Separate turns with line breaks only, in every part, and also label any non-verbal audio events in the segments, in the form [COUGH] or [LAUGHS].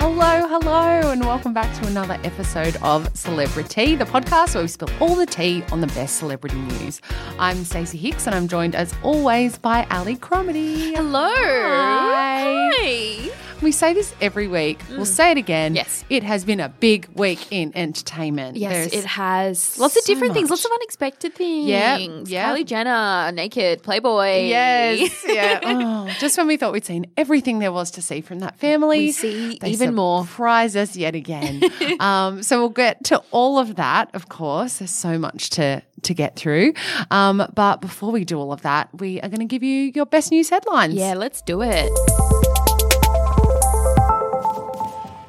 Hello, hello, and welcome back to another episode of Celebrity, the podcast where we spill all the tea on the best celebrity news. I'm Stacey Hicks, and I'm joined as always by Ali Cromedy.
Hello.
Hi.
Hi. Mm.
We say this every week. We'll say it again.
Yes.
It has been a big week in entertainment.
Yes,
There's-
it has lots of
so
different things,
much.
lots of unexpected things.
yeah.
Kylie Jenner, naked, Playboy.
Yes, yeah. Oh, just when we thought we'd seen everything there was to see from that family,
We see even more.
Surprise us yet
[LAUGHS]
again. um, so we'll get to all of that. Of course, there's so much to to get through. Um, but before we do all of that, we are going to give you your best news headlines.
[LAUGHS] yeah, let's do it.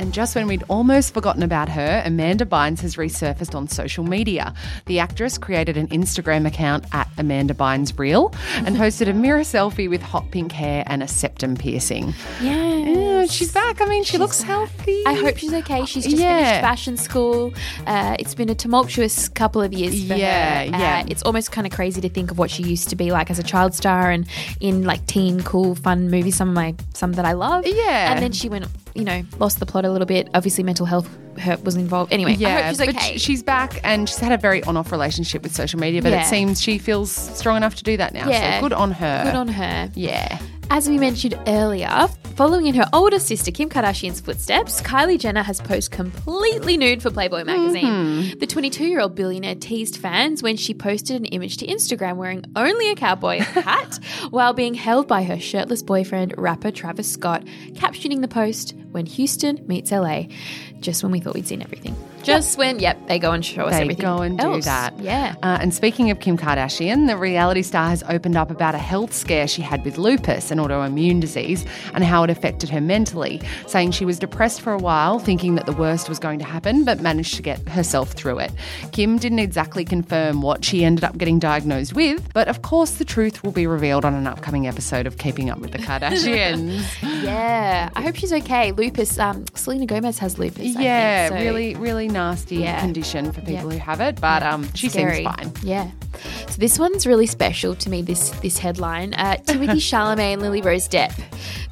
And just when we'd almost forgotten about her, Amanda Bynes has resurfaced on social media. The actress created an Instagram account at Amanda Bynes Real and hosted a mirror selfie with hot pink hair and a septum piercing. Yeah,
Yes.
she's back. I mean, she looks healthy.
I hope she's okay. She's just
Yeah.
finished fashion school. Uh, it's been a tumultuous couple of years for
Yeah,
her.
yeah.
Uh, it's almost kind of crazy to think of what she used to be like as a child star and in like teen, cool, fun movies. Some of my, some that I love.
Yeah.
And then she went, you know, lost the plot a little bit. Obviously, mental health hurt was involved. Anyway, I hope she's
but
okay.
sh- she's back and she's had a very on-off relationship with social media, but
Yeah.
it seems she feels strong enough to do that now.
Yeah.
So good on her.
Good on her.
Yeah.
As we mentioned earlier, following in her older sister Kim Kardashian's footsteps, Kylie Jenner has posed completely nude for Playboy magazine.
Mm-hmm.
The 22 year old billionaire teased fans when she posted an image to Instagram wearing only a
[LAUGHS]
cowboy hat while being held by her shirtless boyfriend, rapper Travis Scott, captioning the post, When Houston Meets LA. Just when we thought we'd seen everything. Just when, yep, they go and show us
They
everything.
go and
else.
do that.
Yeah.
Uh, and speaking of Kim Kardashian, the reality star has opened up about a health scare she had with lupus, an autoimmune disease, and how it affected her mentally, saying she was depressed for a while, thinking that the worst was going to happen, but managed to get herself through it. Kim didn't exactly confirm what she ended up getting diagnosed with, but of course, the truth will be revealed on an upcoming episode of Keeping Up with the
[LAUGHS]
Kardashians.
Yeah. I hope she's okay. Lupus, um, Selena Gomez has lupus. I think,
yeah,
so-
really, really nasty
Yeah.
condition for people
Yeah.
who have it, but um, she
Scary.
seems fine.
Yeah. So this one's really special to me. This this headline: uh, Timothy
[LAUGHS]
Chalamet and Lily Rose Depp.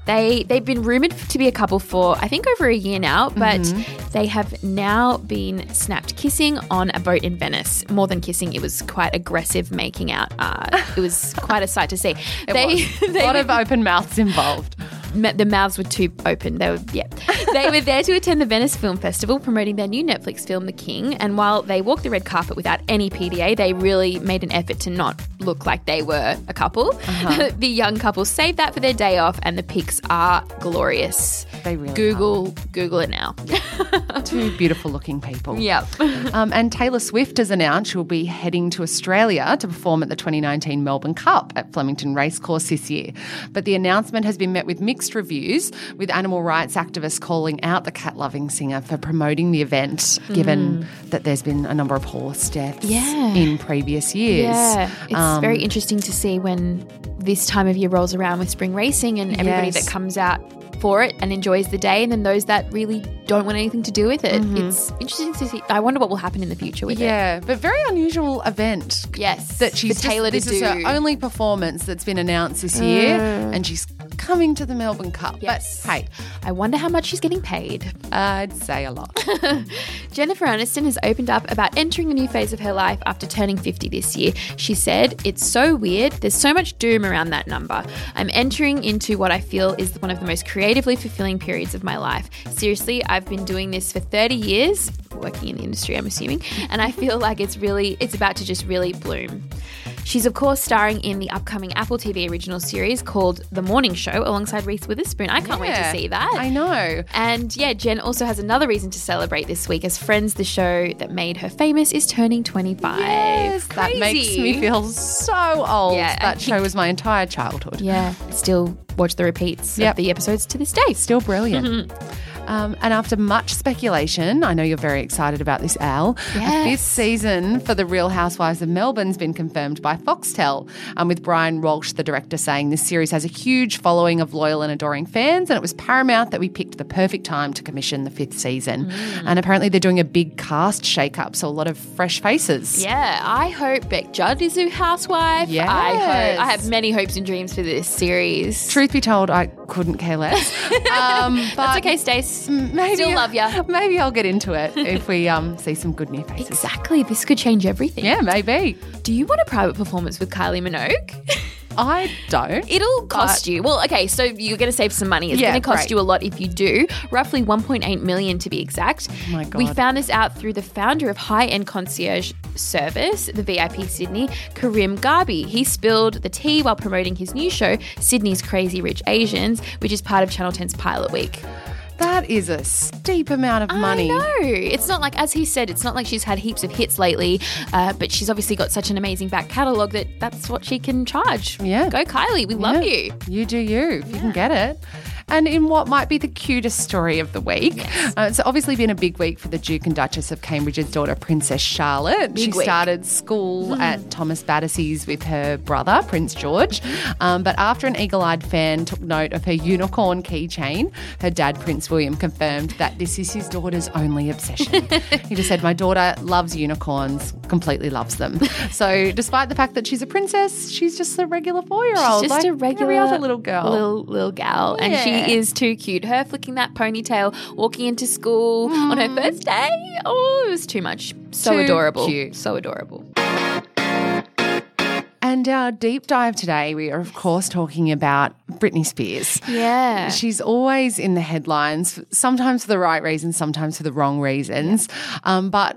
They they've been rumored to be a couple for I think over a year now, but
Mm-hmm.
they have now been snapped kissing on a boat in Venice. More than kissing, it was quite aggressive making out. Uh, it was quite a sight to see. they
A
[LAUGHS] they
lot
were-
of open mouths involved.
ma- the mouths were too open. They were yeah. they were there to attend the Venice Film Festival promoting their new Netflix film The King, and while they walked the red carpet without any PDA, they really made an effort to not look like they were a couple. [LAUGHS] the young couple saved that for their day off and the pics are glorious.
They really
Google Google it now.
Two beautiful looking people.
yep. [LAUGHS]
Um, and Taylor Swift has announced she'll be heading to Australia to perform at the 2019 Melbourne Cup at Flemington Racecourse this year. But the announcement has been met with mixed reviews, with animal rights activists calling out the cat loving singer for promoting the event, given that there's been a number of horse deaths
Mm. Yeah.
in previous years.
Yeah, it's
Um,
very interesting to see when this time of year rolls around with spring racing and everybody
Yes.
that comes out for it and enjoys the day, and then those that really don't want anything to do with it. It's interesting to see. I wonder what will happen in the future with it.
Yeah, but very unusual event.
Yes,
that she's
for
just-
Taylor
this
to
is her
do. Mm.
only performance that's been announced this year, and she's coming to the Melbourne Cup.
Yes.
But hey,
I wonder how much she's getting paid.
I'd say a
[LAUGHS]
lot.
Jennifer Aniston has opened up about entering a new phase of her life after turning 50 this year. She said, It's so weird. There's so much doom around that number. I'm entering into what I feel is one of the most creatively fulfilling periods of my life. Seriously, I've been doing this for 30 years, working in the industry, I'm assuming, and I feel like it's really, it's about to just really bloom. She's, of course, starring in the upcoming Apple TV original series called The Morning Show alongside Reese Witherspoon. I can't wait
Yeah.
to see that.
I know.
And yeah, Jen also has another reason to celebrate this week as Friends, the show that made her famous, is turning 25.
That makes me feel so old.
Yeah, I
that
think-
show was my entire childhood.
Yeah, still watch the repeats
Yep.
of the episodes to this day.
Still
[LAUGHS]
brilliant. Um, and after much speculation, I know you're very excited about this, Al.
Yes.
This season for The Real Housewives of Melbourne's been confirmed by Foxtel, um, with Brian Walsh, the director, saying this series has a huge following of loyal and adoring fans, and it was paramount that we picked the perfect time to commission the fifth season.
Mm.
And apparently, they're doing a big cast shakeup, so a lot of fresh faces.
Yeah, I hope Beck Judd is a housewife.
Yes.
I hope I have many hopes and dreams for this series.
Truth be told, I couldn't care
[LAUGHS]
less. Um, but
That's okay, Stace.
Maybe,
Still love ya.
Maybe I'll get into it if we um, see some good new faces.
Exactly. This could change everything.
Yeah, maybe.
Do you want a private performance with Kylie Minogue? [LAUGHS]
I don't.
It'll cost you. Well, okay, so you're going to save some money. It's
Yeah,
going to cost
great.
you a lot if you do. Roughly 1.8 million to be exact.
Oh my
We
God.
found this out through the founder of high-end concierge service, the VIP Sydney, Karim Garbi. He spilled the tea while promoting his new show, Sydney's Crazy Rich Asians, which is part of Channel 10's pilot week.
That is a steep amount of money.
I know. It's not like, as he said, it's not like she's had heaps of hits lately, uh, but she's obviously got such an amazing back catalogue that that's what she can charge.
Yeah.
Go, Kylie. We love
Yeah.
you.
You do you, if you can get it. And in what might be the cutest story of the week, uh, it's obviously been a big week for the Duke and Duchess of Cambridge's daughter, Princess Charlotte. she
week. Mm.
started school at Thomas Batterseas with her brother, Prince George. Um, but after an eagle eyed fan took note of her unicorn keychain, her dad, Prince William, confirmed that this is his daughter's only
[LAUGHS]
obsession. he just said, My daughter loves unicorns, completely loves
[LAUGHS]
them. So, despite the fact that she's a princess, she's just a regular four year old.
She's just a regular
every other little girl.
little little gal, and she is too cute. Her flicking that ponytail, walking into school on her first day. Oh, it was too much. So
Mm. Too
adorable.
cute.
So adorable.
And our deep dive today, we are of course talking about Britney Spears.
Yeah.
She's always in the headlines, sometimes for the right reasons, sometimes for the wrong reasons. Um, but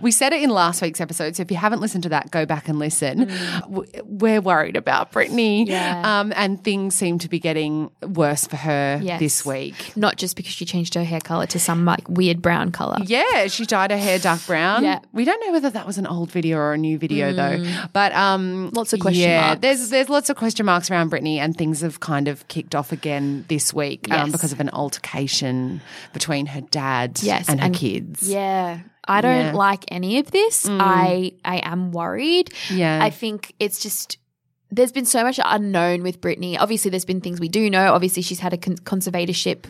we said it in last week's episode. So if you haven't listened to that, go back and listen. W We're worried about Britney.
Mm. Yeah.
Um, and things seem to be getting worse for her
Yes.
this week.
Not just because she changed her hair color to some like weird brown color.
Yeah, she dyed her hair dark brown.
Yeah. Hmm.
We don't know whether that was an old video or a new video though. But um
Lots of question
yeah,
marks.
There's there's lots of question marks around Britney and things have kind of kicked off again this week um,
Yes.
because of an altercation between her dad
Yes,
and her
and-
kids.
Yeah. I don't
Yeah. Mm.
like any of this. I I am worried.
Yeah.
I think it's just there's been so much unknown with Britney. Obviously, there's been things we do know. Obviously, she's had a con- conservatorship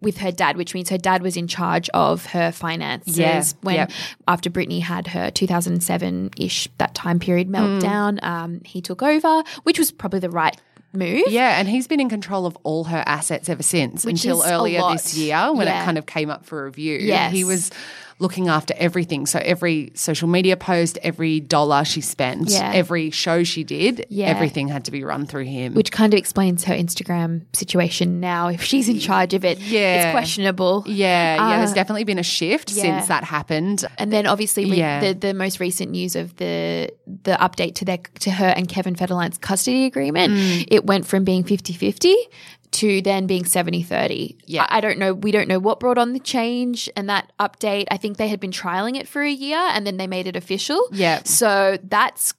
with her dad, which means her dad was in charge of her finances
Yeah.
when
Yep.
after Britney had her 2007 ish that time period
Mm.
meltdown. Um, he took over, which was probably the right move.
Yeah, and he's been in control of all her assets ever since
Which
until
is a
earlier
lot.
this year when
Yeah.
it kind of came up for review.
Yes.
He was looking after everything. So every social media post, every dollar she spent,
Yeah.
every show she did,
Yeah.
everything had to be run through him.
which kind of explains her Instagram situation now. If she's in charge of it,
Yeah.
it's questionable.
Yeah, yeah. There's
Uh,
definitely been a shift
yeah.
since that happened.
And then obviously with
Yeah.
the, the most recent news of the the update to their to her and Kevin Federline's custody agreement,
Mm.
it went from being 50-50 to then being 70-30.
Yeah.
I, I don't know we don't know what brought on the change and that update. I think they had been trialing it for a year and then they made it official.
Yeah.
So that's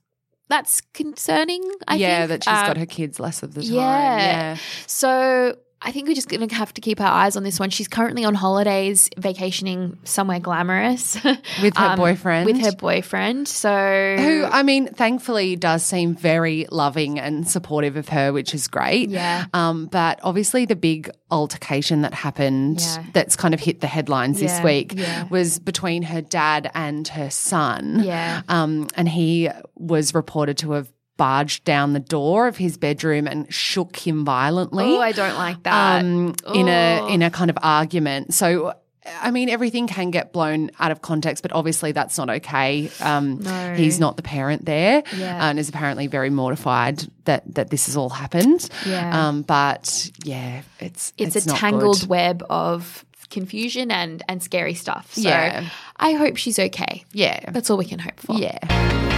that's concerning, I
yeah,
think.
that she's
Um,
got her kids less of the time.
yeah.
Yeah.
So I think we're just going to have to keep our eyes on this one. She's currently on holidays, vacationing somewhere glamorous [LAUGHS]
With her boyfriend.
Um, With her boyfriend. So
Who, I mean, thankfully does seem very loving and supportive of her, which is great.
Yeah.
Um, but obviously, the big altercation that happened
Yeah.
that's kind of hit the headlines
Yeah,
this week
yeah.
was between her dad and her son.
Yeah.
Um, and he was reported to have barged down the door of his bedroom and shook him violently.
Oh, I don't like that. Oh.
um, in a in a kind of argument. So. I mean, everything can get blown out of context, but obviously that's not okay. Um,
No.
He's not the parent there,
Yeah.
and is apparently very mortified that that this has all happened.
Yeah.
Um, but yeah, it's
it's,
it's,
a
not
tangled
good.
web of confusion and and scary stuff. So
Yeah.
I hope she's okay.
Yeah,
That's all we can hope for.
yeah.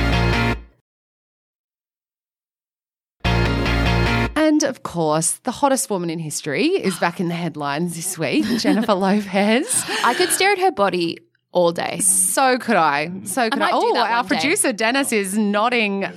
And of course, the hottest woman in history is back in the headlines this week, [LAUGHS] Jennifer Lopez.
I could stare at her body all day.
So could I. So could I.
might do
Oh,
that
our
one day.
producer Dennis is nodding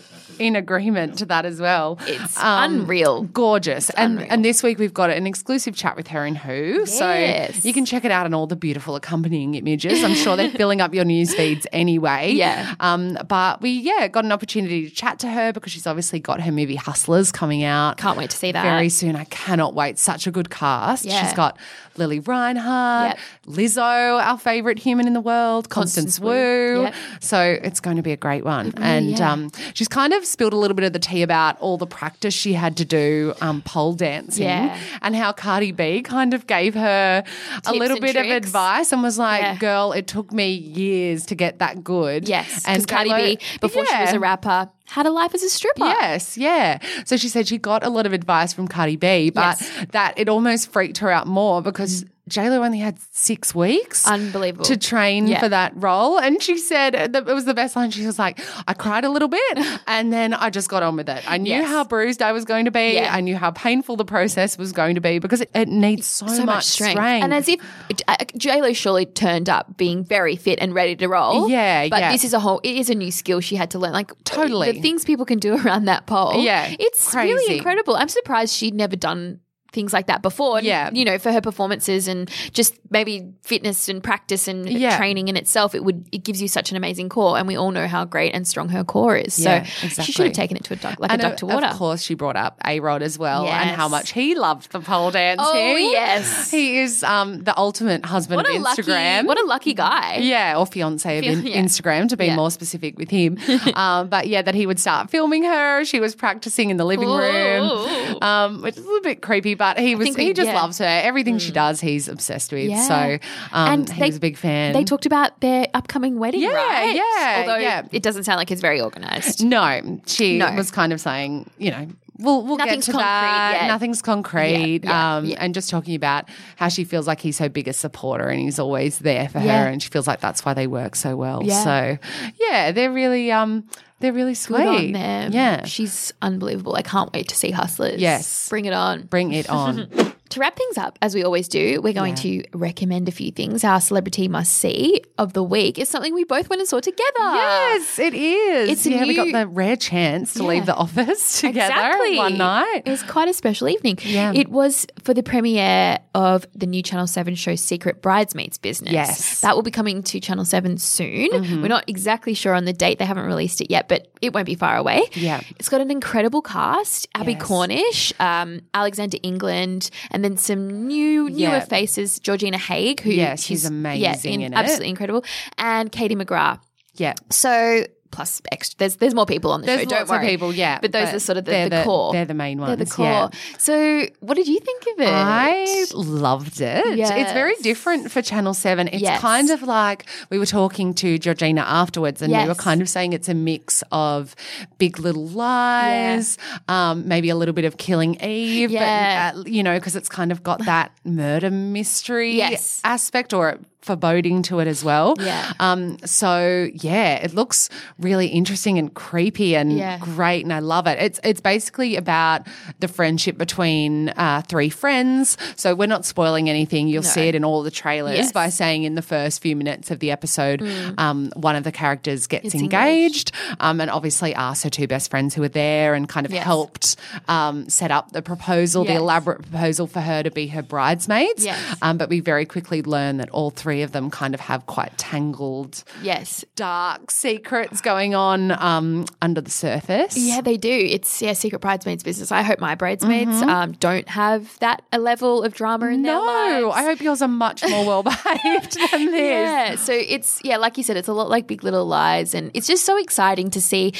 in agreement to that as well. Um,
It's unreal.
Gorgeous. and and this week we've got an exclusive chat with her in Who.
Yes.
So you can check it out and all the beautiful accompanying images. I'm sure
[LAUGHS]
they're filling up your news feeds anyway.
Yeah.
Um, but we yeah, got an opportunity to chat to her because she's obviously got her movie Hustlers coming out.
Can't wait to see that.
Very soon. I cannot wait. Such a good cast.
Yeah.
She's got Lily Reinhardt,
Yep.
Lizzo, our favourite human in the world, Constance,
Constance
Wu.
Wu. Yep.
So it's going to be a great one. and um, she's kind of spilled a little bit of the tea about all the practice she had to do um, pole dancing
Yeah.
and how Cardi B kind of gave her a
Tips
little
and
bit of
tricks.
advice and was like,
Yeah.
girl, it took me years to get that good.
Yes,
And
because Cardi
J-Lo-
B, before she was
Yeah.
a rapper, had a life as a stripper.
Yes, yeah. So she said she got a lot of advice from Cardi B, but
Yes.
that it almost freaked her out more because J Lo only had six weeks.
Unbelievable.
To train
Yeah.
for that role. And she said, that it was the best line. She was like, I cried a little
[LAUGHS]
bit and then I just got on with it. I knew
Yes.
how bruised I was going to be.
Yeah.
I knew how painful the process was going to be because it, it needs so,
So much strength. And as if J Lo surely turned up being very fit and ready to roll.
Yeah,
But
yeah.
this is a whole, it is a new skill she had to learn. Like,
Totally.
The things people can do [LAUGHS] around that pole.
Yeah,
It's
crazy.
really incredible. I'm surprised she'd never done things like that before. And,
Yeah.
You know, for her performances and just maybe fitness and practice and
Yeah.
training in itself, it would, it gives you such an amazing core. And we all know how great and strong her core is.
Yeah,
so
exactly.
she should have taken it to a duck, like
and
a duck to
of-
water.
Of course, she brought up A Rod as well, and
Yes.
how much he loved the pole dancing.
Oh,
[LAUGHS]
yes.
he is um, the ultimate husband
What
of
a
Instagram.
lucky, what a lucky guy.
yeah, or fiance of in-
yeah.
Instagram to be
Yeah.
more specific with him.
[LAUGHS]
um, but yeah, that he would start filming her. She was practicing in the living room,
Ooh.
um, which is a little bit creepy. But he was
think we-
he just
yeah. Mm.
loves her. Everything she does, he's obsessed with.
Yeah.
So um,
And
he
they-
was a big fan.
They talked about their upcoming wedding,
Yeah,
right?
yeah,
Although
yeah.
it doesn't sound like it's very organised.
No, she
No.
was kind of saying, you know, we'll we'll
Nothing's
get to
concrete
that.
yet.
Nothing's concrete.
Yeah, yeah,
um,
yeah.
and just talking about how she feels like he's her biggest supporter and he's always there for
Yeah.
her, and she feels like that's why they work so well.
Yeah.
So, yeah, they're really um, they're really sweet.
Good on them.
Yeah,
She's unbelievable. I can't wait to see Hustlers.
Yes.
Bring it on.
bring it
[LAUGHS]
on.
To wrap things up, as we always do, we're going to recommend a few things our celebrity must see of the week. It's something we both went and saw together.
yes, it is.
It's a
yeah, we got
new-
the rare chance to leave the
Yeah. [LAUGHS]
office together
Exactly.
one night.
It was quite a special evening.
Yeah.
It was for the premiere of the new Channel 7 show Secret Bridesmaids Business.
Yes. Mm-hmm.
That will be coming to Channel 7 soon. We're not exactly sure on the date. They haven't released it yet, but it won't be far away.
Yeah.
It's got an incredible cast. Abby
Yes.
Cornish, um, Alexander England, and then some new newer
Yeah.
faces, Georgina Haig, who
Yeah, she's amazing in it.
absolutely incredible. And Katie McGrath.
yeah.
So plus extra, there's there's more people on the
There's
show. Don't
lots
worry,
of people, yeah.
But those
but
are sort of the,
they're
the, core.
They're the main ones.
They're the core.
yeah.
So what did you think of it?
I loved it. It's very
Yes.
different for Channel 7. It's
Yes.
kind of like we were talking to Georgina afterwards and we
Yes.
were kind of saying it's a mix of Big Little Lies, um, maybe a little bit of Killing Eve,
Yeah.
but, uh, you know, because it's kind of got that murder mystery
Yes.
aspect or foreboding to it as well.
Yeah.
Um, so, yeah, it looks really interesting and creepy and
Yeah.
great and I love it. It's it's basically about the friendship between uh, three friends. So we're not spoiling anything. You'll see it in all the trailers
Yes. Mm.
by saying in the first few minutes of the episode, um, one of the characters gets engaged,
engaged.
Um, and obviously asked her two best friends who were there and kind of
Yes.
helped um, set up the proposal, the
Yes.
elaborate proposal for her to be her bridesmaids.
Yes.
Um, but we very quickly learn that all three of them kind of have quite tangled
yes.
dark secrets going on um, under the surface.
Yeah, they do. It's yeah, secret bridesmaids business. I hope my bridesmaids um, don't have that a level of drama in their lives.
Mm-hmm. No, I hope yours are much more well
[LAUGHS]
behaved than [LAUGHS] this.
Yeah. So it's yeah, like you said, it's a lot like Big Little Lies, and it's just so exciting to see.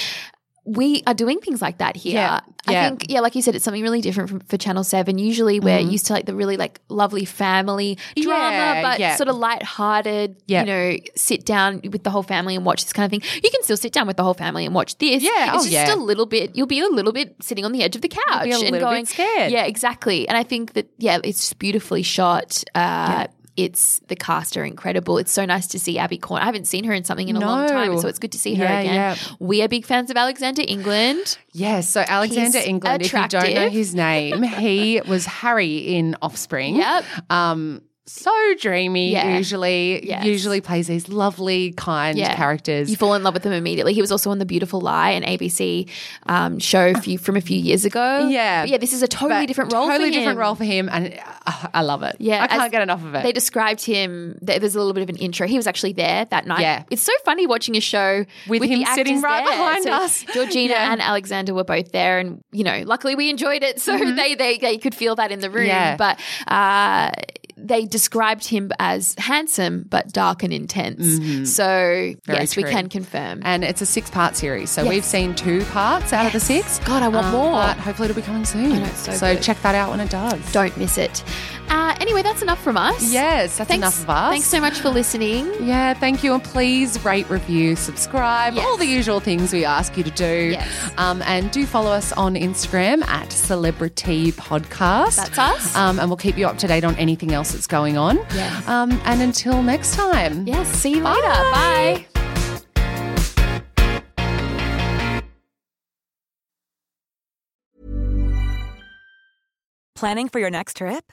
We are doing things like that here.
Yeah, yeah.
I think, yeah, like you said, it's something really different from, for Channel Seven. Usually, we're used to like the really like lovely family drama,
Mm-hmm. Yeah,
but
yeah.
sort of light-hearted.
Yeah.
You know, sit down with the whole family and watch this kind of thing. You can still sit down with the whole family and watch this.
Yeah,
it's
oh,
just
yeah.
a little bit. You'll be a little bit sitting on the edge of the couch
be a
and
little bit
going
scared.
Yeah, exactly. And I think that yeah, it's beautifully shot. Uh, it's the cast are incredible. It's so nice to see Abby Corn. I haven't seen her in something in a long
No.
time, so it's good to see her
Yeah,
again.
yeah.
We are big fans of Alexander England.
Yes, so Alexander
He's
England, if you don't know
attractive.
his name, he was Harry in Offspring.
Yep.
Um, so dreamy,
Yeah.
usually,
Yes.
usually plays these lovely, kind
Yeah.
characters.
You fall in love with him immediately. He was also on The Beautiful Lie, an ABC um, show a few, from a few years ago.
Yeah.
But yeah, this is a totally
But
different role.
Totally
for
different
him.
role for him, and uh, I love it.
Yeah,
I
as-
can't get enough of it.
They described him. there- There's a little bit of an intro. He was actually there that night.
Yeah.
it's so funny watching a show
With him
the
sitting
actors
right
there.
behind
So
us. [LAUGHS]
Georgina
Yeah.
and Alexander were both there, and you know, luckily we enjoyed it. [LAUGHS] So they, they they could feel that in the room.
Mm-hmm. Yeah.
But uh, they described him as handsome but dark and intense. So yes,
Mm-hmm.
we
true.
can confirm.
and it's a six-part series, so
Yes.
we've seen two parts out of the six. Um,
God, I want more.
But hopefully, it'll be coming soon.
know, it's so good.
check that out when it does.
Don't miss it. Uh, anyway, that's enough from us.
Yes, that's
Thanks-
enough of us.
Thanks so much for listening.
Yeah, thank you. And please rate, review, subscribe,
Yes.
all the usual things we ask you to do.
Yes.
Um, and do follow us on Instagram at Celebrity Podcast.
That's us.
Um, and we'll keep you up to date on anything else that's going on.
Yes.
Um, and until next time.
Yes, see you later.
Bye.
Bye.
Planning for your next trip?